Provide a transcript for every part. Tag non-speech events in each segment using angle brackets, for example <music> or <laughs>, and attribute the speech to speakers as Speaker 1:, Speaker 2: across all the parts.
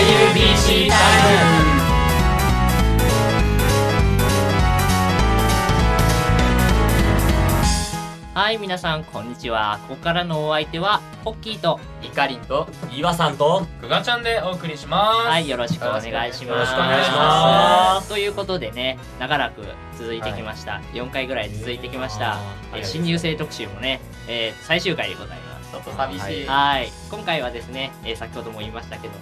Speaker 1: ABC タイムはい、皆さん、こんにちは。ここからのお相手は、ポッキーと、
Speaker 2: イカリンと岩さんと
Speaker 3: くがちゃんでお送りします。
Speaker 1: はい、よろしくお願いします。。
Speaker 3: よろしくお願いします
Speaker 1: ということでね、長らく続いてきました。4回ぐらい続いてきました。えー
Speaker 2: いや
Speaker 1: 新入生特集もね、えー最終回でございます。
Speaker 2: ちょっと寂しい
Speaker 1: はい、今回はですね、えー先ほども言いましたけど、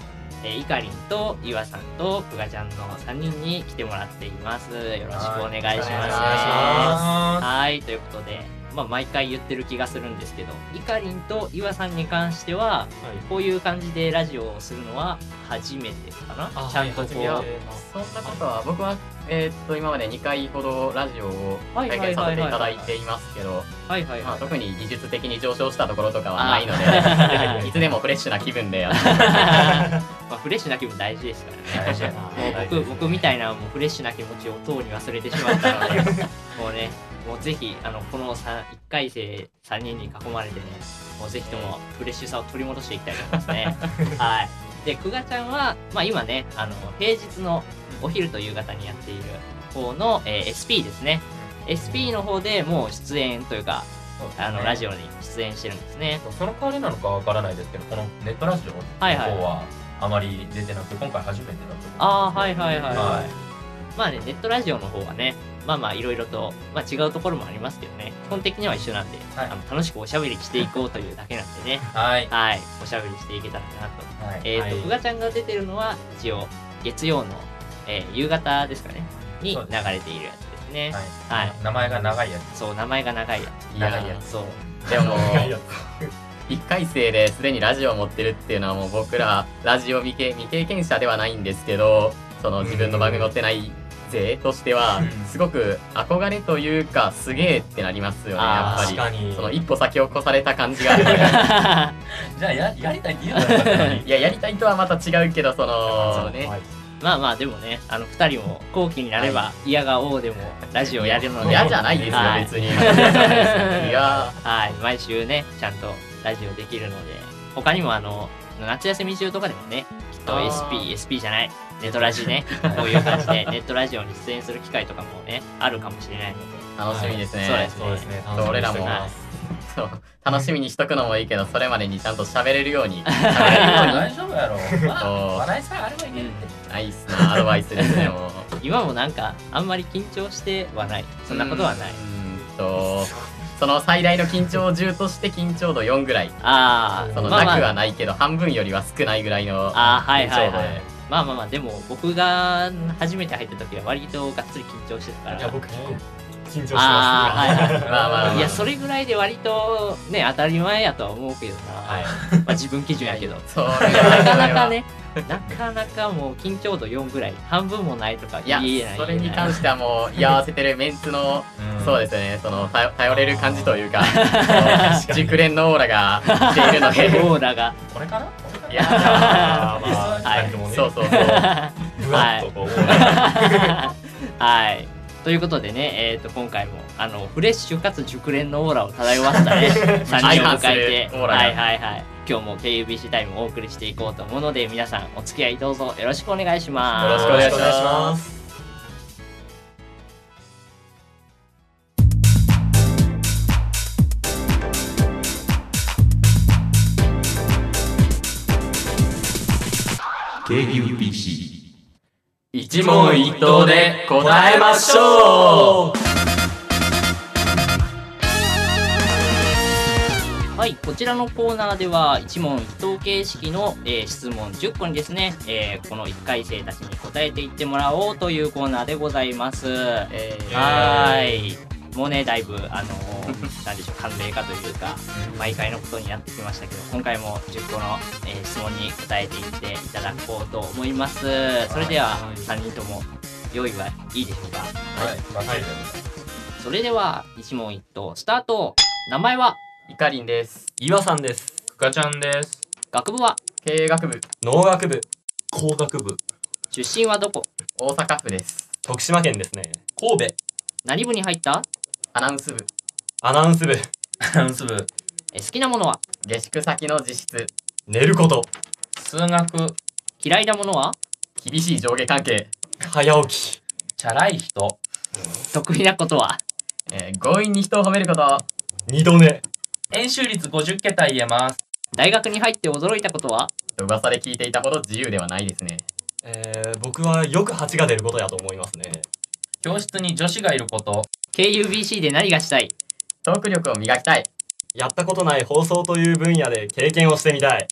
Speaker 1: えー、いかりんと岩さんとくがちゃんの3人に来てもらっています。よろしくお願いします。
Speaker 2: はいお願いしま
Speaker 3: は
Speaker 1: はい、ということで、まあ、毎回言ってる気がするんですけど、いかりんと岩さんに関しては、こういう感じでラジオをするのは初めてかな
Speaker 3: あ
Speaker 1: ちゃんとこう、
Speaker 3: はい初めて
Speaker 2: そんなことは僕はえーっと今まで2回ほどラジオを
Speaker 1: はい
Speaker 2: 体験させていただいていますけど
Speaker 1: はいはい
Speaker 2: まあ
Speaker 1: はい。
Speaker 2: 特に技術的に上昇したところとかはないの
Speaker 1: あ <laughs>
Speaker 2: でいつでもフレッシュな気分でやって
Speaker 1: まあ、フレッシュな気分大事ですからね。
Speaker 3: 大事やな
Speaker 1: もう僕僕みたいなもうフレッシュな気持ちをとうに忘れてしまった
Speaker 3: <laughs>
Speaker 1: ので、もうね、もうぜひ、あの、この1回生3人に囲まれてね、もうぜひともフレッシュさを取り戻していきたいと思います
Speaker 3: <laughs>
Speaker 1: ね。はい。で、くがちゃんは、まあ今ね、あの、平日のお昼と夕方にやっている方の、えー SP ですね。SP の方でもう出演というか、あの、ラジ
Speaker 3: オ。
Speaker 1: オに出演してるんですね。
Speaker 3: その代わりなのかわからないですけど、このネットラジオの方
Speaker 1: はいはい
Speaker 3: はあまり出てなくて、今回初めてだと思うんですけど。
Speaker 1: ああ、はいはいはい。
Speaker 3: は
Speaker 1: まあね、ネットラジオの方はね、まあまあいろいろと、まあ違うところもありますけどね、基本的には一緒なんで、
Speaker 3: はい
Speaker 1: あの楽しくおしゃべりしていこうというだけなん
Speaker 3: <laughs>
Speaker 1: でね、
Speaker 3: はい。
Speaker 1: はい、おしゃべりしていけたらなと。
Speaker 3: はい。
Speaker 1: えっ、と、
Speaker 2: はい
Speaker 1: ふがちゃんが出てるのは、一応、月曜の、えー夕方ですかね、に流
Speaker 3: そうで
Speaker 1: れているやつですね。
Speaker 3: はい
Speaker 1: は
Speaker 3: 名前が長いや
Speaker 1: そう、名前が長いや
Speaker 2: い
Speaker 1: つ。
Speaker 2: や
Speaker 1: 長
Speaker 2: いや
Speaker 1: そう。
Speaker 2: でも
Speaker 3: いや
Speaker 2: 1回生ですでにラジオを持ってるっていうのはもう僕らラジオ未経未経験者ではないんですけどその自分の番組持ってない勢としては
Speaker 3: うん
Speaker 2: すごく憧れというかすげえってなりますよね
Speaker 1: あ
Speaker 2: やっ
Speaker 1: ー
Speaker 2: ぱ
Speaker 3: つ。
Speaker 2: り。
Speaker 3: に
Speaker 2: その
Speaker 3: <laughs>
Speaker 2: 一歩先を越された感
Speaker 1: <laughs>
Speaker 2: じがあるので
Speaker 3: じゃあや、やりたいって言うのよやっぱり
Speaker 2: いややりたいとはまた違うけ <laughs> どそ
Speaker 3: そ
Speaker 2: の
Speaker 3: う
Speaker 2: ね
Speaker 3: はい
Speaker 1: まあまあ、でもね、あの、二人も後期になれば、嫌が王でもラジオやるので、
Speaker 2: 嫌じゃないですよ
Speaker 1: はい
Speaker 2: 別に
Speaker 1: <laughs>
Speaker 2: いや
Speaker 1: はい、毎週ね、ちゃんとラジオできるので、他にもあの、夏休み中とかでもね、きっと
Speaker 3: あー
Speaker 1: SP、SP じゃない、ネットラジ
Speaker 2: <laughs>
Speaker 1: ね、こういう感じで、ネットラジオに出演する機会とかもね、あるかもしれないので、
Speaker 2: 楽しみですね、
Speaker 1: そうです
Speaker 3: そうですね。
Speaker 2: そう俺らも
Speaker 1: はい
Speaker 2: そう楽しみにしとくのもいいけどそれまでにちゃんと喋れるように喋れるように
Speaker 3: 大丈夫やろ。まあ
Speaker 2: そう
Speaker 3: 笑いさえあればいけるって。
Speaker 2: ナイスなアドバイスですねもう。
Speaker 1: 今もなんか、あんまり緊張してはない。 <laughs> そんなことはないう
Speaker 2: ーんとその最大の緊張10として緊張度4ぐらい
Speaker 1: ああ、
Speaker 2: その
Speaker 1: まあま
Speaker 2: なくは
Speaker 1: あ、
Speaker 2: ないけど半分よりは少ないぐらいの
Speaker 1: あーはい
Speaker 2: 緊
Speaker 1: はい
Speaker 2: 張
Speaker 1: は
Speaker 2: 度
Speaker 1: い
Speaker 2: で
Speaker 1: まあまあまあ、でも僕が初めて入った時は割とがっつり緊張してたから。
Speaker 4: いや僕結構緊張して
Speaker 1: あ
Speaker 4: ます、ね、
Speaker 1: あ、はいはい。
Speaker 2: <laughs> まあまあまあ
Speaker 1: いや、それぐらいで割とね、当たり前やとは思うけどな。
Speaker 2: はい
Speaker 1: まあ自分基準やけど。
Speaker 2: それ
Speaker 1: なか
Speaker 2: は
Speaker 1: なかね、なかなかもう緊張度4ぐらい、半分も <laughs> ないとか
Speaker 2: いや
Speaker 1: 言えない。
Speaker 2: それに
Speaker 1: 言えない
Speaker 2: 関してはもう居合わせてるメンツのそうですねその頼頼れる感じというかその熟練のオーラが出ているので
Speaker 1: オーラが。
Speaker 3: す。これかなこれかない
Speaker 2: や
Speaker 3: <laughs>
Speaker 4: あーま
Speaker 1: は
Speaker 4: あ
Speaker 1: い
Speaker 4: 二人ともね
Speaker 2: そうそうそう
Speaker 4: ぶわっとこう、
Speaker 1: はい。ということでね、えっ、と、今回も、あの、フレッシュかつ熟練のオーラを漂わせたね、3人を迎
Speaker 2: <laughs>
Speaker 1: え
Speaker 2: 相反す
Speaker 1: て、
Speaker 2: るオーラが
Speaker 1: はいはいはい。今日も KUBC タイムをお送りしていこうと思うので、皆さんお付き合いどうぞよろしくお願いします。
Speaker 2: よろしくお願いします一問一答で答えましょう
Speaker 1: はい、こちらのコーナーでは一問一答形式の、えー質問10個にですね、えーこの1回生たちに答えていってもらおうというコーナーでございます。
Speaker 2: えー
Speaker 1: はーい。もうね、だいぶ、あのー、 <laughs> なんでしょう、寒冷化というか、毎回のことにやってきましたけど、今回も10個の、えー質問に答えていっていただこうと思います。それでは、3人とも、用意はいいでしょうか
Speaker 3: はい。バッチリで
Speaker 1: それでは、一問一答、スタート名前は
Speaker 2: イカリンです
Speaker 4: 岩さんです
Speaker 3: す。くかちゃんです。
Speaker 1: 学部は
Speaker 2: 経営学部
Speaker 4: 農学部工学部
Speaker 1: 出身はどこ
Speaker 2: 大阪府です
Speaker 4: 徳島県ですね神戸
Speaker 1: 何部に入った
Speaker 2: アナウンス部
Speaker 4: アナウンス部
Speaker 3: ダンス部。
Speaker 1: え好きなものは
Speaker 2: 下宿先の自室
Speaker 4: 寝ること
Speaker 3: 数学。
Speaker 1: 嫌いなものは
Speaker 2: 厳しい上下関係、
Speaker 4: 早起き
Speaker 3: チャラい人。
Speaker 1: 得意なことは
Speaker 2: えー強引に人を褒めること、
Speaker 4: 二度寝
Speaker 3: 円周率50桁言えます。
Speaker 1: 大学に入って驚いたことは
Speaker 2: 噂で聞いていたほど自由ではないですね。
Speaker 4: えー、僕はよく蜂が出ることやと思いますね
Speaker 3: 教室に女子がいること。
Speaker 1: KUBC で何がしたい
Speaker 2: トーク力を磨きたい、
Speaker 4: やったことない放送という分野で経験をしてみたい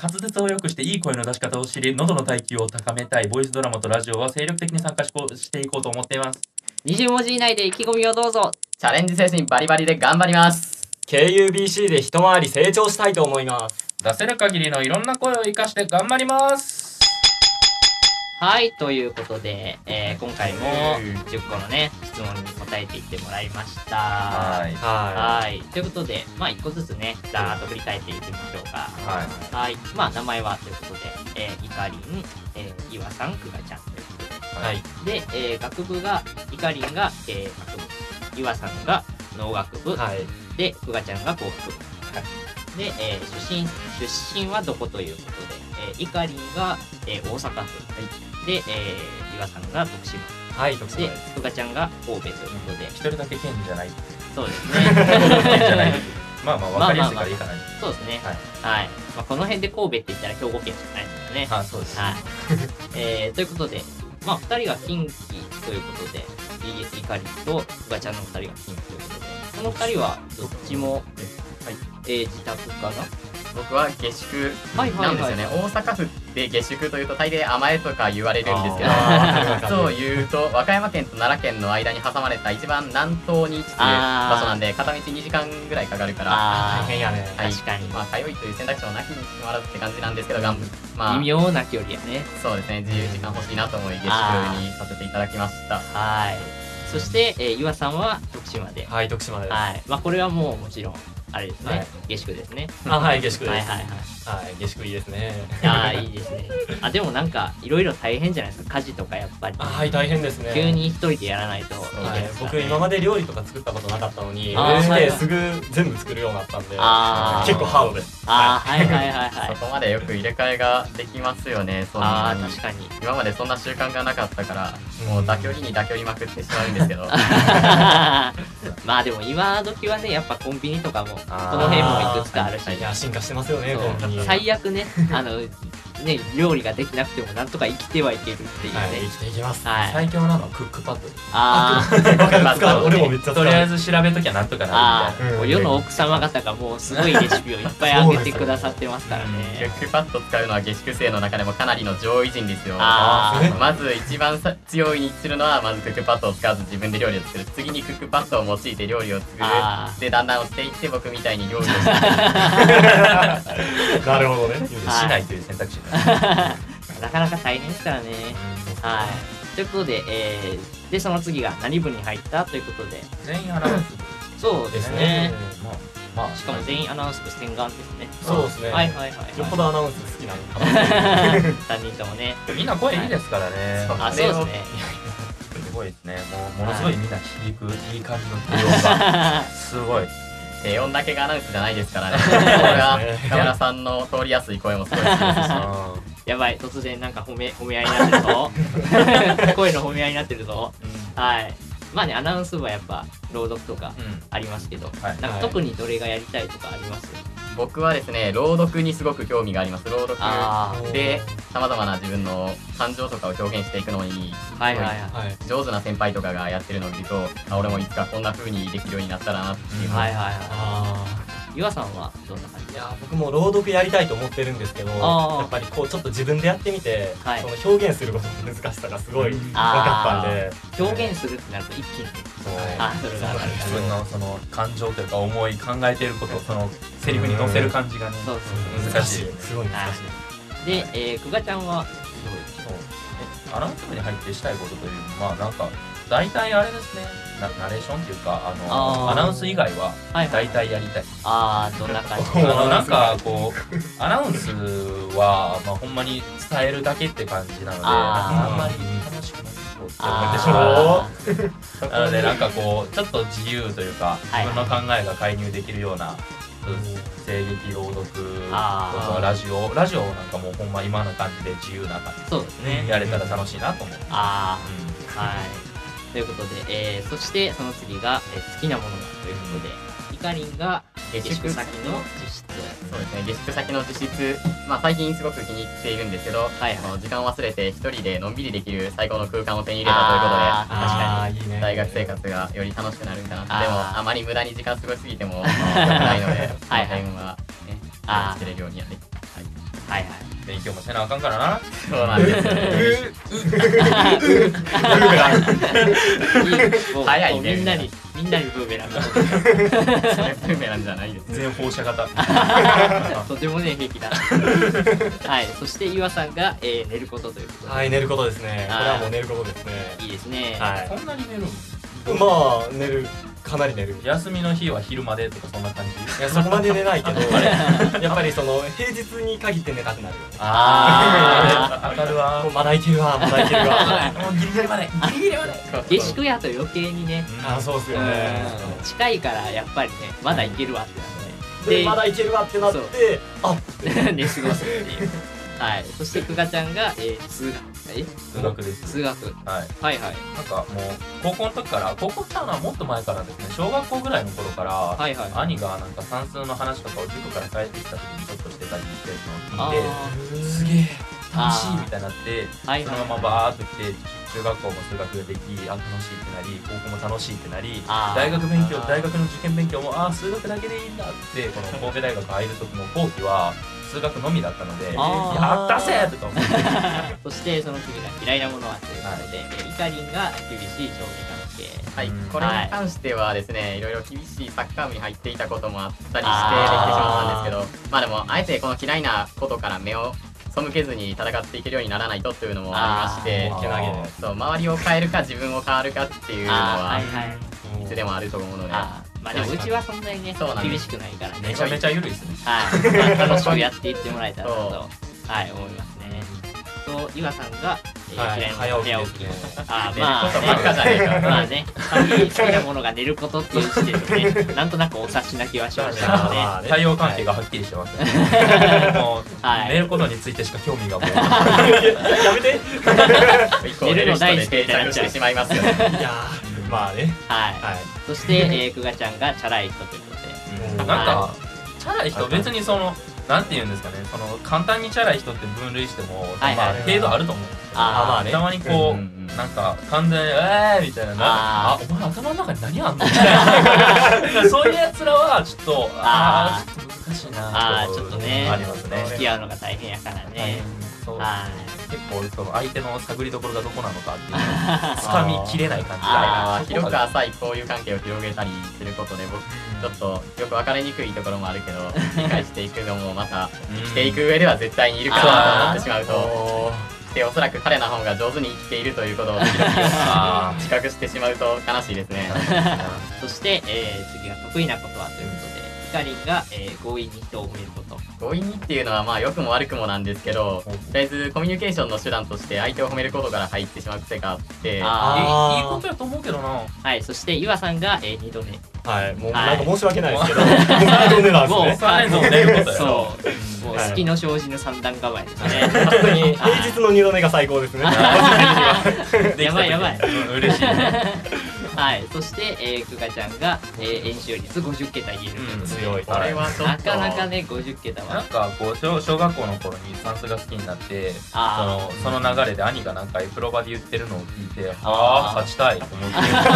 Speaker 3: 滑舌を良くしていい声の出し方を知り、喉の耐久を高めたいボイスドラマとラジオは精力的に参加しこしていこうと思っています。
Speaker 1: 20文字以内で意気込みをどうぞ
Speaker 2: チャレンジ精神バリバリで頑張ります。
Speaker 4: KUBC で一回り成長したいと思います
Speaker 3: 出せる限りのいろんな声を活かして頑張ります。
Speaker 1: はいということで、えー今回も
Speaker 2: うん
Speaker 1: 10個のね質問に答えていってもらいました
Speaker 3: い。
Speaker 4: は
Speaker 1: はいということでまあ1個ずつねざーっと振り返っていきましょうか
Speaker 3: は
Speaker 1: は
Speaker 3: い。
Speaker 1: いまあ名前はということで、えー、いかりん、えー、岩さんくがちゃんということで
Speaker 3: はい。
Speaker 1: で、えー学部がいかりんが、えー学部岩さんが農学部、
Speaker 4: いはい
Speaker 1: でくがちゃんが工学部、で、えー出身出身はどこということで、えー、いかりんが、えー大阪府、で、えー岩さんが徳島
Speaker 4: はい徳島
Speaker 1: で
Speaker 4: です
Speaker 1: くがちゃんが神戸ということで、
Speaker 3: 一人だけ県じゃない。
Speaker 1: そうです
Speaker 3: 県じゃな
Speaker 4: <laughs>
Speaker 3: い
Speaker 1: ね。。
Speaker 3: まあまあ、わかりやすいからいいかな。
Speaker 1: そうですね
Speaker 3: はい。
Speaker 1: はい、まあ、この辺で神戸って言ったら兵庫県じゃないですかね
Speaker 3: あ、そうです。
Speaker 1: はい。 <laughs> えーということで、まあ、2人が近畿ということで、BS 怒りとフガちゃんの2人が近畿ということで、この2人はどっちも、えー自宅かな
Speaker 2: 僕は下宿
Speaker 1: はいは
Speaker 2: ないんです
Speaker 1: はい。
Speaker 2: よね。大阪府って下宿というと大抵甘えとか言われるんですけど、
Speaker 4: あー
Speaker 2: そう言うと和歌山県と奈良県の間に挟まれた一番南東に位置する場所なんで片道2時間ぐらいかかるから、
Speaker 4: 大
Speaker 1: あ
Speaker 4: 変やね
Speaker 1: ー、確かに、
Speaker 2: まあ通いという選択肢もなきにしもあらずって感じなんですけど、がんま
Speaker 1: 微
Speaker 2: あ
Speaker 1: 妙な距離やね。
Speaker 2: そうですね自由時間欲しいなと思い下宿にさせていただきました。
Speaker 1: はい。そして、えー、岩さんは徳島で。
Speaker 4: はい徳島です
Speaker 1: はい。まあ、これはもうもちろん、あれですね、
Speaker 4: はい
Speaker 1: 下宿ですね。
Speaker 4: あはい下宿
Speaker 1: はいはい
Speaker 4: です
Speaker 1: はい。
Speaker 4: はい下宿いいですね
Speaker 1: ああ、いいですね。あ、でもなんか、いろいろ大変じゃないですか。家事とかやっぱり。
Speaker 4: あはい大変ですね
Speaker 1: 急に一人でやらないといけな
Speaker 4: はいい
Speaker 1: ですから、
Speaker 4: 僕
Speaker 1: ね
Speaker 4: 今まで料理とか作ったことなかったのに
Speaker 1: あー
Speaker 4: LC
Speaker 1: はい
Speaker 4: で
Speaker 1: はい
Speaker 4: すぐ全部作るようになったんで
Speaker 1: あー
Speaker 4: 結構ハードです
Speaker 1: ああはいはいはいは
Speaker 2: そ
Speaker 1: い
Speaker 2: こまでよく入れ替えができますよね。そん
Speaker 1: あ
Speaker 2: な
Speaker 1: あ
Speaker 2: に
Speaker 1: 確かに <laughs>
Speaker 2: 今までそんな習慣がなかったから、
Speaker 4: うん
Speaker 2: もう妥協に妥協りまくってしまうんで
Speaker 1: <laughs>
Speaker 2: すけど。
Speaker 1: まあでも今時はねやっぱコンビニとかもこの
Speaker 3: あー
Speaker 1: 辺もいくつかあるし
Speaker 2: はい
Speaker 4: いや進化してますよね
Speaker 1: そう
Speaker 4: コンビニ
Speaker 1: 最悪ねあのね料理ができなくてもなんとか生きてはいけるっていうね
Speaker 4: はい生きていきます
Speaker 1: はい、
Speaker 3: 最強なのはクックパッドです。
Speaker 1: あー
Speaker 2: <laughs>
Speaker 4: 使う俺もめっちゃ使
Speaker 3: と
Speaker 4: う
Speaker 3: りあえず調べときゃなんとかなる
Speaker 1: あ
Speaker 3: みたい
Speaker 1: ー
Speaker 4: うん
Speaker 3: な。
Speaker 1: もう世の奥様方がもうすごいレシピをいっぱいあげてくださってますから
Speaker 2: ク
Speaker 1: ね
Speaker 2: ックパッド使うのは下宿生の中でもかなりの上位陣ですよ。
Speaker 1: あ
Speaker 4: ー
Speaker 2: まず一番さ強いにするのはまずクックパッドを使わず自分で料理を作る次にクックパッドを用いて料理を作る
Speaker 1: あ
Speaker 2: でだんだん追っていって僕みたいに料理をして
Speaker 4: なるほどね
Speaker 1: あ
Speaker 3: しないという選択肢が。
Speaker 1: ーなかなか大変ですからねはいということで、えー、でその次が何部に入ったということで
Speaker 3: 全員アナウンス
Speaker 1: そうで
Speaker 4: ですす
Speaker 1: ね
Speaker 4: ね
Speaker 3: まあ、まあ、
Speaker 1: しかも全員アナウンス部洗顔ですね。
Speaker 4: そうですね
Speaker 1: はいはいはい、
Speaker 4: よっ
Speaker 1: は。
Speaker 4: ぽどアナウンス好きなのかない
Speaker 1: 三人ともね。
Speaker 3: みんな声いいですからね。
Speaker 2: そう
Speaker 1: あ、そうですね。
Speaker 3: すごいですね。もうものすごいみんな響く、い、い感じの低音が。 <laughs> すごい。
Speaker 4: <laughs>
Speaker 2: 低音だけがアナウンスじゃないですからねこれは
Speaker 4: そうですね
Speaker 2: 山原さんの通りやすい声もすごい
Speaker 4: <laughs>
Speaker 2: 好きですし
Speaker 1: やばい、突然なんか褒め、褒め合いになってるぞ。声の褒め合いになってるぞ。はい。まあね、アナウンス部はやっぱ朗読とか
Speaker 3: うん。
Speaker 1: ありますけど、
Speaker 3: はい。
Speaker 1: なんか特にどれがやりたいとかあります
Speaker 2: 僕はですね朗読にすごく興味があります朗読
Speaker 1: あ
Speaker 2: でさまざまな自分の感情とかを表現していくのに
Speaker 1: あ、はいはいはい。
Speaker 4: はい
Speaker 2: 上手な先輩とかがやってるのを見るとあ俺もいつかこんな風にできるようになったらなっていうのを
Speaker 1: はいはいは
Speaker 4: あ
Speaker 1: い。岩さんはどんな感じ
Speaker 4: ーいや僕も朗読やりたいと思ってるんですけど
Speaker 1: あー
Speaker 4: やっぱりこうちょっと自分でやってみて
Speaker 1: はい
Speaker 4: その表現することの難しさがすごい分か
Speaker 1: あ
Speaker 4: ったんで
Speaker 1: ー表現するってなると一気にね、
Speaker 3: そう
Speaker 1: ハードルが上がる。
Speaker 3: 自分のその感情というか思い考えていることそのセリフに乗せる感じがね
Speaker 1: そうそう
Speaker 3: うん難しい
Speaker 4: すごい難しい
Speaker 1: で、えー、くがちゃんは、
Speaker 3: そうえアナウンス部に入ってしたいことというまあなんか大体あれですねなナレーションっていうかあの
Speaker 1: あー
Speaker 3: アナウンス以外は
Speaker 1: はいはい
Speaker 3: 大。体やりたい
Speaker 1: ああ、どんな感じ
Speaker 3: あ
Speaker 4: お
Speaker 3: のなんか
Speaker 4: アナウン
Speaker 3: こうアナウンスは、まあ、ほんまに伝えるだけって感じなので
Speaker 1: あ
Speaker 3: あ
Speaker 4: ー
Speaker 3: んまり楽しくなさそうって思ってし
Speaker 1: <laughs>
Speaker 4: <laughs>
Speaker 3: まう
Speaker 1: あー
Speaker 3: なのでなんかこうちょっと自由というか
Speaker 1: はい
Speaker 3: 自分の考えが介入できるような
Speaker 4: 声劇朗読
Speaker 1: あー
Speaker 4: そうラジオラジオなんかもうほんま今の感じで自由な感
Speaker 1: そうです
Speaker 4: じ
Speaker 1: ね
Speaker 4: でやれたら楽しいなと思う、うん
Speaker 1: ああはいということで、えーそしてその次が、えー好きなものだということでいかりんが下宿先の実質
Speaker 2: そうですね下宿先の実質、まあ、最近すごく気に入っているんですけど、
Speaker 1: はいはい
Speaker 2: あの時間を忘れて一人でのんびりできる最高の空間を手に入れたということで
Speaker 1: あ
Speaker 3: あーいいね
Speaker 2: 大学生活がより楽しくなるんかな
Speaker 1: あー
Speaker 2: でもあまり無駄に時間過ごしすぎてもまあ良くないのでそ
Speaker 1: は
Speaker 2: の
Speaker 1: いはい
Speaker 2: 辺はね
Speaker 1: あー
Speaker 2: 気をつけれるようにやっていき
Speaker 1: は
Speaker 2: たい
Speaker 1: いはい
Speaker 4: 勉強もせなあかんからな
Speaker 2: <laughs> そうなんですよ
Speaker 4: <laughs>
Speaker 2: ね
Speaker 1: <laughs> いい
Speaker 2: 早いね
Speaker 1: もうみんなにみんなにブーメランが
Speaker 2: 運命なんじゃな
Speaker 4: <laughs>
Speaker 2: いです
Speaker 4: 全放射型
Speaker 1: <laughs> とてもね平気 <laughs> だはいそして岩さんが、えー寝ることということで、
Speaker 3: はい寝ることですねこ
Speaker 1: あー
Speaker 3: れはもう寝ることですね
Speaker 1: いいですね、
Speaker 3: はい
Speaker 4: そんなに寝るん
Speaker 3: まあ寝るかなり寝る
Speaker 4: 休みの日は昼までとかそんな感じ
Speaker 3: い <laughs> やそこまで寝ない
Speaker 1: <laughs>
Speaker 3: けどやっぱりその平日に限って寝たくなるよね
Speaker 1: あ <laughs>
Speaker 4: あ当たるわ
Speaker 3: もうまだいけるわまだいけるわ
Speaker 4: もうギリギリまでギリギリまで
Speaker 1: 下宿やと余計にね
Speaker 3: あーそうっすよね
Speaker 1: うん近いからやっぱりねまだ行けるわってなって
Speaker 3: でまだいけるわってなって
Speaker 1: そう
Speaker 3: あ
Speaker 1: で <laughs> 寝過ごすっていうはいそして久我ちゃんが、えー通学え
Speaker 4: 数学です
Speaker 1: 通学
Speaker 4: はい
Speaker 1: はいはい
Speaker 4: なんかもう高校の時から高校来たのはもっと前からですね小学校ぐらいの頃から、
Speaker 1: はいはい
Speaker 4: 兄がなんか算数の話とかを塾から帰ってきた時にちょっとしてたりしてるのを
Speaker 1: あ
Speaker 4: 聞いてすげえ楽しいみたいになって
Speaker 1: ーはい
Speaker 4: そ
Speaker 1: はい
Speaker 4: のままバーっと来て中学校も数学ができあ楽しいってなり高校も楽しいってなり
Speaker 1: あー
Speaker 4: 大学勉強
Speaker 1: あー
Speaker 4: 大学の受験勉強もああ数学だけでいいんだってこの神戸大学入る時の後期は数学のみだったのでや
Speaker 1: あー
Speaker 4: ったぜとか思って
Speaker 1: そしてその次が嫌いなものはということで、えーいかりんが厳しい上下関係
Speaker 2: はい
Speaker 4: うん、
Speaker 2: これに関してはですね、いろいろ厳しいサッカー部に入っていたこともあったりしてできてしまったんですけど、まあでも、あえてこの嫌いなことから目を背けずに戦っていけるようにならないとというのもありま
Speaker 3: あ
Speaker 2: し
Speaker 3: ー
Speaker 2: て、そう周りを変えるか自分を変わるかっていうの
Speaker 1: あ
Speaker 2: は
Speaker 1: ーはいはい
Speaker 2: いつでもあると思うので、
Speaker 1: あーまあでもうちはそんなにね
Speaker 2: そうなんです
Speaker 1: 厳しくないからね
Speaker 4: めちゃめちゃ緩いですね
Speaker 1: はい、楽しくやっていってもらえたらな
Speaker 4: <laughs>
Speaker 1: と、はい、思いますね。と、岩さんが、えー
Speaker 3: はい
Speaker 1: 嫌いな
Speaker 4: 早起き
Speaker 1: 部屋
Speaker 4: で
Speaker 1: を
Speaker 4: すね <laughs>
Speaker 1: あー、
Speaker 2: ま
Speaker 1: ま
Speaker 2: あ、
Speaker 1: あ、
Speaker 2: ことばっかじゃねえか。
Speaker 1: ね、まあね、先好きなものが寝ることっていう時点でね、なんとなくお察しな気はしましたので、
Speaker 3: まあね
Speaker 4: 太陽関 <laughs> 係がはっきりしてますね、 <laughs> もう、
Speaker 1: はい
Speaker 4: 寝ることについてしか興味がもう
Speaker 3: やめて
Speaker 2: 一個出る人で定着してしまいますよね。
Speaker 3: いやーまあね
Speaker 1: はい。
Speaker 3: はい
Speaker 1: そして、えー、くがちゃんがチャラい人ということで、
Speaker 4: なんかチャラい人別にそのなんて言うんですかねその簡単にチャラい人って分類しても、
Speaker 1: はい
Speaker 4: ま
Speaker 1: は
Speaker 4: あ
Speaker 1: い
Speaker 4: 程度あると思うんですけど
Speaker 1: あーま
Speaker 3: あね
Speaker 4: たまにこう、
Speaker 2: うんうん
Speaker 4: なんか完全に「えー!」みたいななんか
Speaker 1: あ
Speaker 4: あお前頭の中に何あんの?」みたいなそういうやつらはちょっとあ
Speaker 1: あ
Speaker 4: あちょっと難しいな
Speaker 1: あー、ちょっとね、
Speaker 4: ありますね
Speaker 1: 付き合うのが大変やからね。
Speaker 4: そう
Speaker 1: はい。
Speaker 4: 結構その相手の探りどころがどこなのかっていうのを掴みきれない感じ
Speaker 1: あ
Speaker 4: が
Speaker 2: まあ広く浅い交友関係を広げたりすることで僕ちょっとよく分かりにくいところもあるけど理解していくのもまた
Speaker 4: うん
Speaker 2: 生きていく上では絶対にいるかなと思ってしまうと
Speaker 4: <laughs>
Speaker 2: でおそらく彼の方が上手に生きているという
Speaker 3: <laughs>
Speaker 2: ことを
Speaker 4: あ
Speaker 2: 自覚してしまうと悲しいですね。
Speaker 4: ー
Speaker 1: そして、えー、次が得意なことはということで、ひかりんが、えー、強引に人を褒めること。
Speaker 2: 強引にっていうのはまあ良くも悪くもなんですけどとりあえずコミュニケーションの手段として相手を褒めることから入ってしまう癖があって
Speaker 1: あ
Speaker 4: いいいいことやと思うけどな
Speaker 1: はい、そして岩さんが、えー、2度目。
Speaker 3: はいもう
Speaker 1: は
Speaker 3: ないんか申し訳ないですけど本当寝なんです
Speaker 1: もう
Speaker 3: ね
Speaker 4: 三連続寝ることや
Speaker 1: そう、もう
Speaker 3: はい
Speaker 1: 好きの障子の三段構えです
Speaker 3: 本
Speaker 1: ね。
Speaker 3: 当に平日の二度寝が最高ですね
Speaker 4: できた時
Speaker 1: やばいやばい
Speaker 4: うん嬉しいね
Speaker 1: はい、そして、えー、くかちゃんが、えー、演習率50桁言えるということで。
Speaker 3: 強い
Speaker 2: これはちょ
Speaker 1: な
Speaker 2: っと
Speaker 1: かなかね、50桁
Speaker 4: な
Speaker 1: は
Speaker 4: ん。かこう小小学校の頃に算数が好きになってそ
Speaker 1: あ
Speaker 4: のその流れで兄がなんかエプロバで言ってるのを聞いて
Speaker 1: あ
Speaker 4: あ
Speaker 1: ー
Speaker 4: あ勝ちたいと
Speaker 1: <laughs>
Speaker 4: 思って
Speaker 3: どっちが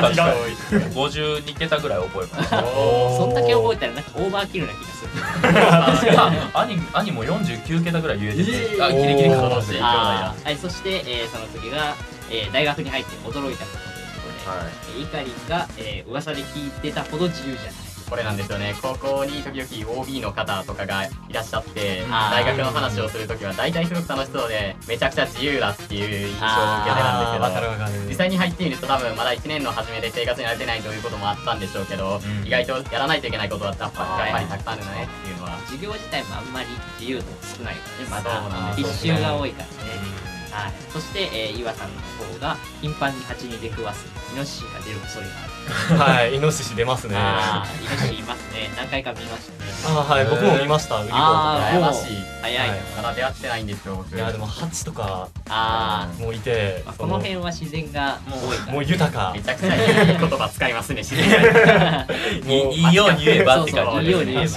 Speaker 4: 勝ちたい52桁ぐらい覚えました <laughs>
Speaker 1: そんだけ覚え
Speaker 3: え
Speaker 1: たら、なんかオーバーキルな気がする。
Speaker 4: 兄兄も49桁ぐらい言えて
Speaker 3: え
Speaker 4: て
Speaker 3: ー
Speaker 4: あギリギリかなって
Speaker 2: 恐ろしい
Speaker 4: は
Speaker 1: あーはい、そして、えー、その次が、えー、大学に入って驚いたことということで。えーいかりんが、えー、噂で聞いてたほど自由じゃない。
Speaker 2: これなんですよね高校に時々 OB の方とかがいらっしゃって
Speaker 1: あー
Speaker 2: 大学の話をするときは大体すごく楽しそうでめちゃくちゃ自由だっていう印象を受けて
Speaker 3: あー
Speaker 2: た
Speaker 3: わ
Speaker 2: んですけ
Speaker 3: かる
Speaker 2: ど
Speaker 3: わかる
Speaker 2: 実際に入ってみると多分まだ1年の初めで生活に慣れてないということもあったんでしょうけど、
Speaker 4: うん
Speaker 2: 意外とやらないといけないことはやっぱ
Speaker 1: あー
Speaker 2: りやっぱりたくさんあるねっていうのは
Speaker 1: 授業自体もあんまり自由度少ないからね、ま
Speaker 2: そうなん
Speaker 1: だ
Speaker 2: です
Speaker 1: 必
Speaker 2: よ
Speaker 1: 修が多いからね。
Speaker 4: い
Speaker 1: はい、そして、えー、岩さんの方が頻繁に蜂に出くわすイノシシが出る恐れがある
Speaker 4: はい、イノシシ出ますね。
Speaker 1: あーイノシシいますね何回か見ましたね
Speaker 4: あーはい、僕も見ました、ウリコと
Speaker 1: あーも
Speaker 4: か。
Speaker 1: う
Speaker 2: 怪しい
Speaker 1: 早いな、
Speaker 4: はい
Speaker 2: まだ出会ってないんですよ僕
Speaker 4: いや、でも、ハチとか
Speaker 1: あー
Speaker 4: もいて
Speaker 1: まあ、
Speaker 4: そ
Speaker 1: この辺は自然が
Speaker 4: も
Speaker 1: 多いか
Speaker 4: う
Speaker 1: ら
Speaker 4: もう豊か
Speaker 2: め。ちゃくちゃいい言葉使いますね自然
Speaker 3: いいいいように言えばって感
Speaker 1: そ
Speaker 3: じ
Speaker 1: うそういいように言えば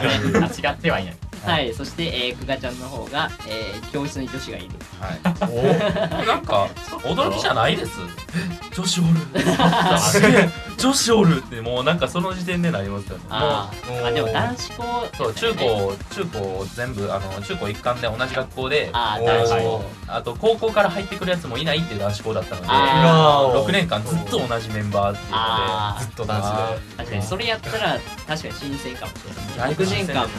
Speaker 1: ね
Speaker 2: 間違ってはいない
Speaker 1: はい、そして、えー、くがちゃんの方が、えー、教室に女子がいる。
Speaker 3: はいおなんか驚きじゃないですえ女子おる
Speaker 2: あ
Speaker 3: すげえ <laughs> 女子おるってもうなんかその時点でなりますよね
Speaker 1: あー
Speaker 4: もう
Speaker 1: まあ、でも男子校です
Speaker 3: そ
Speaker 1: よね、
Speaker 3: う中高中高全部あの中高一貫で同じ学校で
Speaker 1: あー
Speaker 3: あ
Speaker 1: 男子
Speaker 3: の
Speaker 1: 校。
Speaker 3: あと高校から入ってくるやつもいないっていう男子校だったので
Speaker 1: あ
Speaker 4: あー
Speaker 3: 6年間ずっと同じメンバーっていうの
Speaker 1: あ
Speaker 4: ずっと男
Speaker 3: あ
Speaker 4: 子
Speaker 1: あ、確かに、それやったら、確かに新鮮かもしれな
Speaker 3: だ
Speaker 1: い。
Speaker 3: いぶ
Speaker 1: 6
Speaker 3: 新
Speaker 1: 年
Speaker 3: 鮮
Speaker 1: 間も、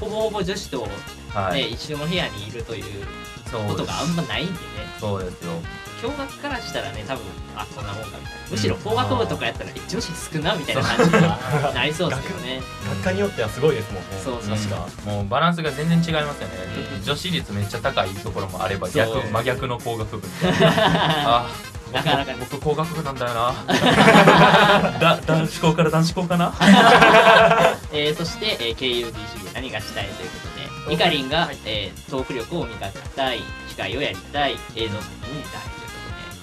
Speaker 1: ほぼほぼ女子と、ね
Speaker 3: で、はい、
Speaker 1: 一緒の部屋にいるという
Speaker 3: そう
Speaker 1: ことがあんまないんでね、
Speaker 3: そうですよ
Speaker 1: 共学からしたらね、多分、あ、こんなもんかみたいな。むしろ工学部とかやったら、え女子少なみたいな感じにはなりそうですけどね。
Speaker 4: 学科によってはすごいですもんね。
Speaker 1: そうそう
Speaker 4: 確か。
Speaker 3: もうバランスが全然違いますよね
Speaker 1: うん
Speaker 3: 女子率めっちゃ高いところもあれば
Speaker 1: そう
Speaker 3: 逆真逆の工学部みたいなあー
Speaker 1: なかなかね
Speaker 3: 僕僕工学部なんだよな
Speaker 1: <laughs>
Speaker 3: だ男子校から男子校かな
Speaker 1: えーそして、えー KUBC で何がしたいということで、イカリンが、えートーク力を磨きたい、機械をやりたい、映像作品に出たいというこ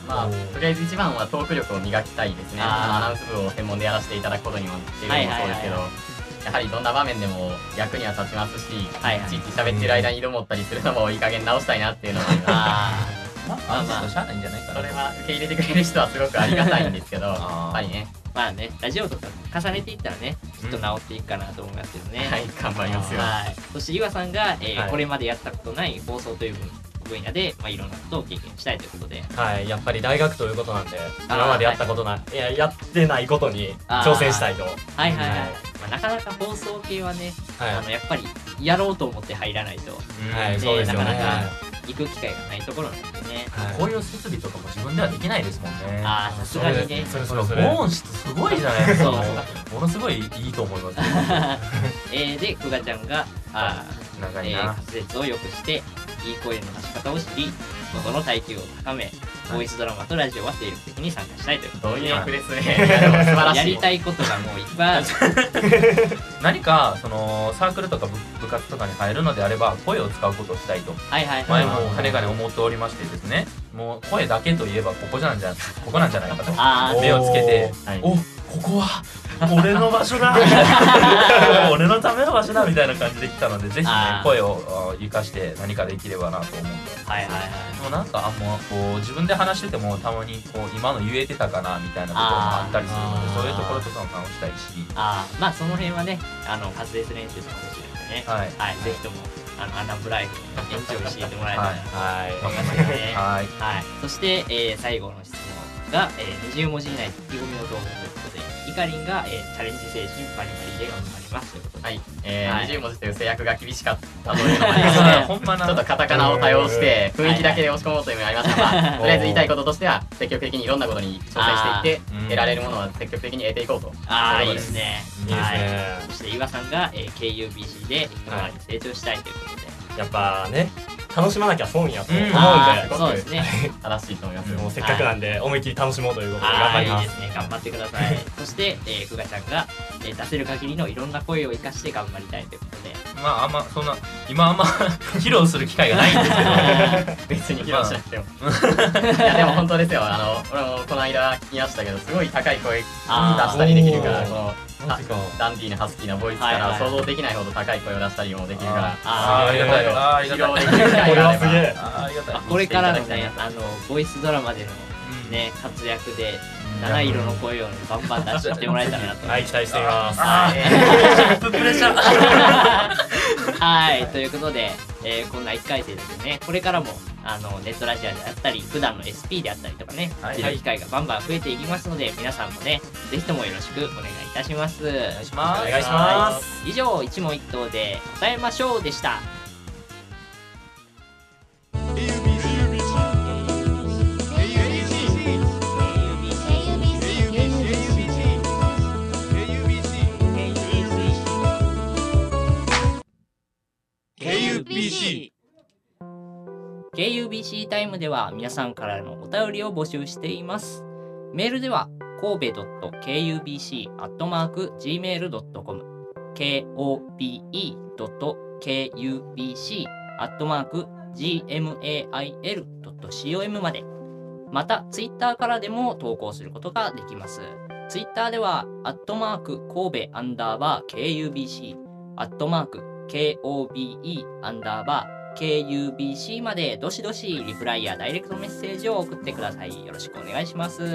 Speaker 2: まあとりあえず一番はトーク力を磨きたいですね
Speaker 1: あー
Speaker 2: アナウンス部を専門でやらせていただくことにもっていう
Speaker 1: はい
Speaker 2: の
Speaker 1: は
Speaker 2: も
Speaker 1: い
Speaker 2: そ
Speaker 1: は
Speaker 2: う
Speaker 1: い
Speaker 2: ですけどやはりどんな場面でも役には立ちますし、
Speaker 1: はいはい
Speaker 2: いちいち喋ってる間に色持ったりするのもいい加減直したいなっていうのもあり
Speaker 1: とで。
Speaker 2: ます
Speaker 1: あ
Speaker 3: まああの人しゃあないんじゃないかな
Speaker 2: それは受け入れてくれる人はすごくありがたいんですけどや
Speaker 3: あー
Speaker 2: っぱりね
Speaker 1: ーまあね、ラジオとか重ねていったらね、きっと治っていくかなと思いますけどね。
Speaker 2: はい頑張りますよ
Speaker 1: はいそして、岩さんが、えー
Speaker 4: はい
Speaker 1: これまでやったことない放送という分分野で、まあ、いろんなことを経験したいということで、
Speaker 4: はい、やっぱり大学ということなんで、今までやったことない、いや、やってないことに
Speaker 1: あー
Speaker 4: 挑戦したいと。はい。
Speaker 1: はいはいはい。
Speaker 4: はい
Speaker 1: まあ、なかなか放送系はね、あのやっぱりやろうと思って入らないと、
Speaker 4: はい、
Speaker 1: ね
Speaker 4: そうですよね。
Speaker 1: なかなか
Speaker 4: はい
Speaker 1: 行く機会がないところなんですね。
Speaker 3: こういう設備とかも自分ではできないですもんね
Speaker 1: ああ、さすがにね。
Speaker 4: それそ
Speaker 3: それ
Speaker 4: れそれ。
Speaker 3: 防音室すごいじゃないですか
Speaker 1: そう
Speaker 3: ものすごいいいと思います
Speaker 1: えー、で、くがちゃんが、あ
Speaker 3: 長
Speaker 1: ー
Speaker 3: い
Speaker 1: えー、
Speaker 3: な
Speaker 1: 滑舌を良くして、いい声の出し方を知り、喉の耐久を高め、ボイスドラマとラジオは精力的に参加したいというこ
Speaker 2: ど
Speaker 1: と
Speaker 2: う
Speaker 1: で、
Speaker 2: いう役ですねいやでも素晴らしい
Speaker 1: やりたいことがもういっぱいある。
Speaker 3: 何かそのサークルとか部部活とかに入るのであれば声を使うことをしたいと
Speaker 1: はいはいは
Speaker 3: 前
Speaker 1: い。
Speaker 3: もかねがね思っておりましてですねもう声だけといえばここじゃんじゃここなんじゃないかと
Speaker 1: あ
Speaker 3: 目をつけて
Speaker 2: はい
Speaker 3: おここは俺の場所だ俺のための場所だみたいな感じで来たのでぜひね
Speaker 1: あー
Speaker 3: 声を生かして何かできればなと思って
Speaker 1: あ、はいはいはい。
Speaker 3: でもなんかあもうこう自分で話しててもたまにこう今の言えてたかなみたいなこともあったりするの
Speaker 4: あ
Speaker 3: で
Speaker 4: ー
Speaker 3: そういうところとかも直したいし
Speaker 1: ああ、まあその辺はね、あの、滑舌練習とかもしれないね。
Speaker 3: はい
Speaker 1: はい、ぜひとも、あの、アナブライフにエンジョイしていてもらえたら
Speaker 3: はい
Speaker 4: はい。
Speaker 1: と思いますよね。
Speaker 3: は
Speaker 1: はい、
Speaker 3: い
Speaker 1: そして、えー最後の質問が、えー20文字以内の意気込みの動画ということで、いかりんが、えーチャレンジ精神パリパリで頑張りますということで、
Speaker 2: はい、え
Speaker 1: はい
Speaker 2: ー、20文字という制約が厳しかったというのもありま
Speaker 1: は
Speaker 2: す
Speaker 1: い
Speaker 2: ね
Speaker 3: ほんまな
Speaker 2: ちょっとカタカナを多用して雰囲気だけで押し込もうというのがありましたが、まあ、とりあえず言いたいこととしては積極的にいろんなことに挑戦していって
Speaker 3: あーうん
Speaker 2: 得られるものは積極的に得ていこうと
Speaker 1: ああ、い
Speaker 2: そ
Speaker 1: いうで
Speaker 2: ですす
Speaker 1: ね。
Speaker 4: いいです
Speaker 1: はい
Speaker 4: ね。
Speaker 1: そして、岩さんが、えー KUBC で一回り成長したいということで、
Speaker 4: やっぱね、楽しまなきゃ損やと思うん
Speaker 3: う
Speaker 4: で
Speaker 3: ん、
Speaker 1: あー
Speaker 2: すごく
Speaker 1: そうですね。
Speaker 2: 正しいと思いますよ、
Speaker 4: もうせっかくなんで、思いっきり楽しもうということで頑
Speaker 1: ああ、
Speaker 4: 張
Speaker 1: い
Speaker 4: り
Speaker 1: い
Speaker 4: ま。
Speaker 1: ですすね。頑張ってください。そして、えー、くがちゃんが、えー出せる限りのいろんな声を生かして頑張りたいということで、
Speaker 3: まああんまそんな今あんま披露する機会がないんです
Speaker 2: 別
Speaker 3: けど
Speaker 2: に披露しなくても、いやでも本当ですよあの俺もこの間聞きましたけどすごい高い声出
Speaker 1: あ
Speaker 2: したりできるから
Speaker 4: おー
Speaker 2: この
Speaker 4: マジか。
Speaker 2: ダンディーなハスキーなボイスか
Speaker 1: はいは
Speaker 2: ら
Speaker 1: い
Speaker 2: 想像できないほど高い声を出したりもできるから
Speaker 1: あ
Speaker 3: ありがたいああり
Speaker 2: 披
Speaker 3: が
Speaker 2: 露
Speaker 3: た
Speaker 2: で
Speaker 3: い
Speaker 2: きる
Speaker 4: こ
Speaker 2: 機会
Speaker 4: れ
Speaker 2: が
Speaker 4: は
Speaker 2: あれ
Speaker 4: す
Speaker 2: ば
Speaker 4: げえ。
Speaker 3: あありがたい
Speaker 1: あこれからの
Speaker 2: 見てい
Speaker 1: ね
Speaker 2: ただき、
Speaker 1: あの、ボイスドラマでのね、活躍で、
Speaker 3: うん
Speaker 1: 七色の声をね、バンバン出してもらえたらなと。
Speaker 4: はい、期待しています。
Speaker 3: あープレッシャー
Speaker 1: はい、ということで、えーこんな1回生ですね、これからもあのネットラジアであったり、普段の SP であったりとかね、
Speaker 3: はい
Speaker 1: 見る機会がバンバン増えていきますので、皆さんもね、ぜひともよろしくお願いいたします。。
Speaker 3: お願いします
Speaker 4: お願いします
Speaker 1: 以上、一問一答で答えましょうでした。 KUBC タイムでは皆さんからのお便りを募集しています。メールでは神戸 .kubc.gmail.com kobe.kubc.gmail.com まで。また、ツイッターからでも投稿することができます。ツイッターでは、アットマーク神戸アンダーバー KUBC、アットマーク KOBE アンダーバー KUBC までどしどしリプライやダイレクトメッセージを送ってください。よろしくお願いします。
Speaker 4: よ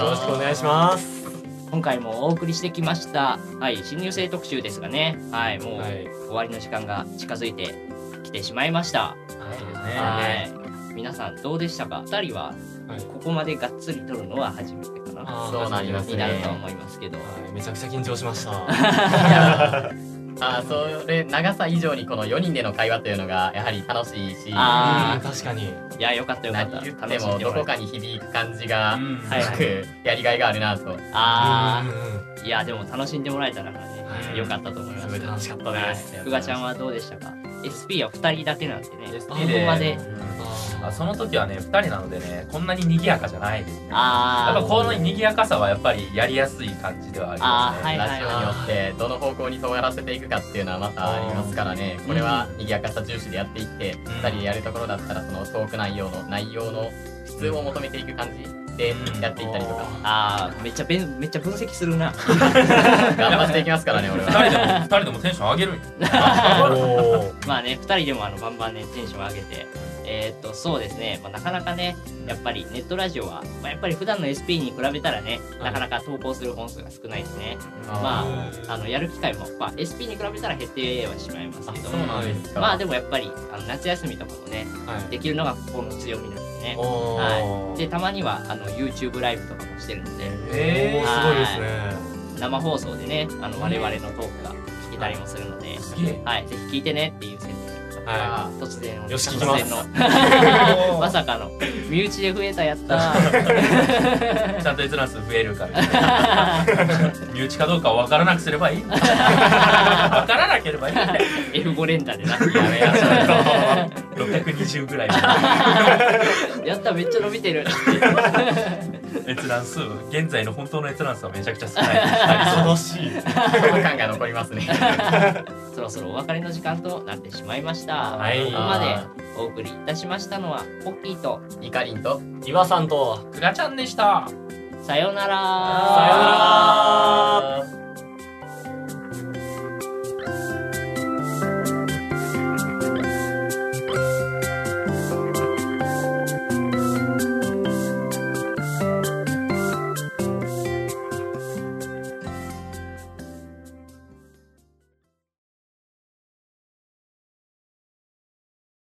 Speaker 4: ろしくお願いします。
Speaker 1: 今回もお送りしてきました、はい、新入生特集ですがね、はい、もう
Speaker 4: はい
Speaker 1: 終わりの時間が近づいてきてしまいました。
Speaker 3: は
Speaker 1: はい、皆さんどうでしたか2人は
Speaker 4: はい
Speaker 1: ここまでがっつり撮るのは初めてかな、
Speaker 4: あー
Speaker 2: そうなりますね
Speaker 1: になると思いますけど、
Speaker 4: はいめちゃくちゃ緊張しました。
Speaker 2: あーそれ長さ以上にこの4人での会話というのがやはり楽しいし
Speaker 1: あ
Speaker 4: うん確かに。
Speaker 1: ーいやよかったよかっ
Speaker 2: 何
Speaker 1: た
Speaker 2: 言っ
Speaker 1: 楽
Speaker 2: て
Speaker 1: しん
Speaker 2: も
Speaker 1: で
Speaker 2: ど
Speaker 1: もら
Speaker 2: こ
Speaker 1: えた
Speaker 2: かに響く感じが
Speaker 3: うん
Speaker 1: は
Speaker 2: すごくやりがいがあるなと
Speaker 1: あ
Speaker 4: うんうんうん
Speaker 1: ーいやでも楽しんでもらえたからね、
Speaker 4: はい
Speaker 1: よかったと思いますす
Speaker 4: ごい楽しかったです。
Speaker 1: はい、ふがちゃんはどうでしたか SP は2人だけなんでね
Speaker 3: SP
Speaker 1: ここ
Speaker 3: で
Speaker 1: まで
Speaker 3: あその時はね2人なのでねこんなに賑やかじゃないですねやっ
Speaker 1: あ
Speaker 3: ぱ
Speaker 1: ー
Speaker 3: この賑やかさはやっぱりやりやすい感じではありま
Speaker 1: あ
Speaker 3: す
Speaker 1: ーは
Speaker 3: ね
Speaker 1: い
Speaker 2: ラジオによってどの方向に尖らせていくかっていうのはまたありますからねこれは賑やかさ重視でやっていって2人でやるところだったらそのトーク内容の内容の質を求めていく感じでやっていったりとか
Speaker 1: あーめっちゃべんめっちゃ分析するな
Speaker 2: 頑張っていきますからね俺は
Speaker 3: 2人でも2人でもテンション上げるんや
Speaker 4: おー
Speaker 1: まあね2人でもあのバンバンねテンション上げてえーっとそうですね、まあ、なかなかねやっぱりネットラジオは、まあ、やっぱり普段の SP に比べたらね
Speaker 4: は
Speaker 1: ないかなか投稿する本数が少ないですね、
Speaker 2: あ
Speaker 1: まああのやる機会も、まあ、SP に比べたら減ってはしまいますけど
Speaker 4: あそうなんだ
Speaker 2: です
Speaker 1: まあでもやっぱりあの夏休みとかもね
Speaker 4: はい。
Speaker 1: できるのがここの強みなんですね
Speaker 4: お
Speaker 1: はい、
Speaker 4: ー
Speaker 1: でたまにはあの YouTube ライブとかもしてるので
Speaker 4: え
Speaker 3: え
Speaker 4: ー、すごいですね。
Speaker 1: 生放送でねあの我々のトークが聞けたりもするので、
Speaker 3: すげえ
Speaker 1: はい、ぜひ聞いてねっていう宣伝
Speaker 4: は
Speaker 1: 突然の
Speaker 4: よし聞きます
Speaker 1: 突然の <laughs> まさかの身内で増えたやった
Speaker 3: ちゃんと閲覧数増えるから身内かどうかは分からなくすればいい分からなければいいんだよ
Speaker 1: F5 連打でな
Speaker 2: やめや
Speaker 3: 620ぐらい
Speaker 1: やっためっちゃ伸びてる <laughs>
Speaker 3: 閲覧数現在の本当の閲覧数はめちゃくちゃ少ない
Speaker 4: い。楽しい。
Speaker 2: その感が残りますね
Speaker 1: そろそろお別れの時間となってしまいました、
Speaker 4: はい
Speaker 1: ここまでお送りいたしましたのはポッキーと
Speaker 2: いかりんと
Speaker 4: 岩さんと、
Speaker 3: くがちゃんでした
Speaker 1: さようなら
Speaker 4: さようなら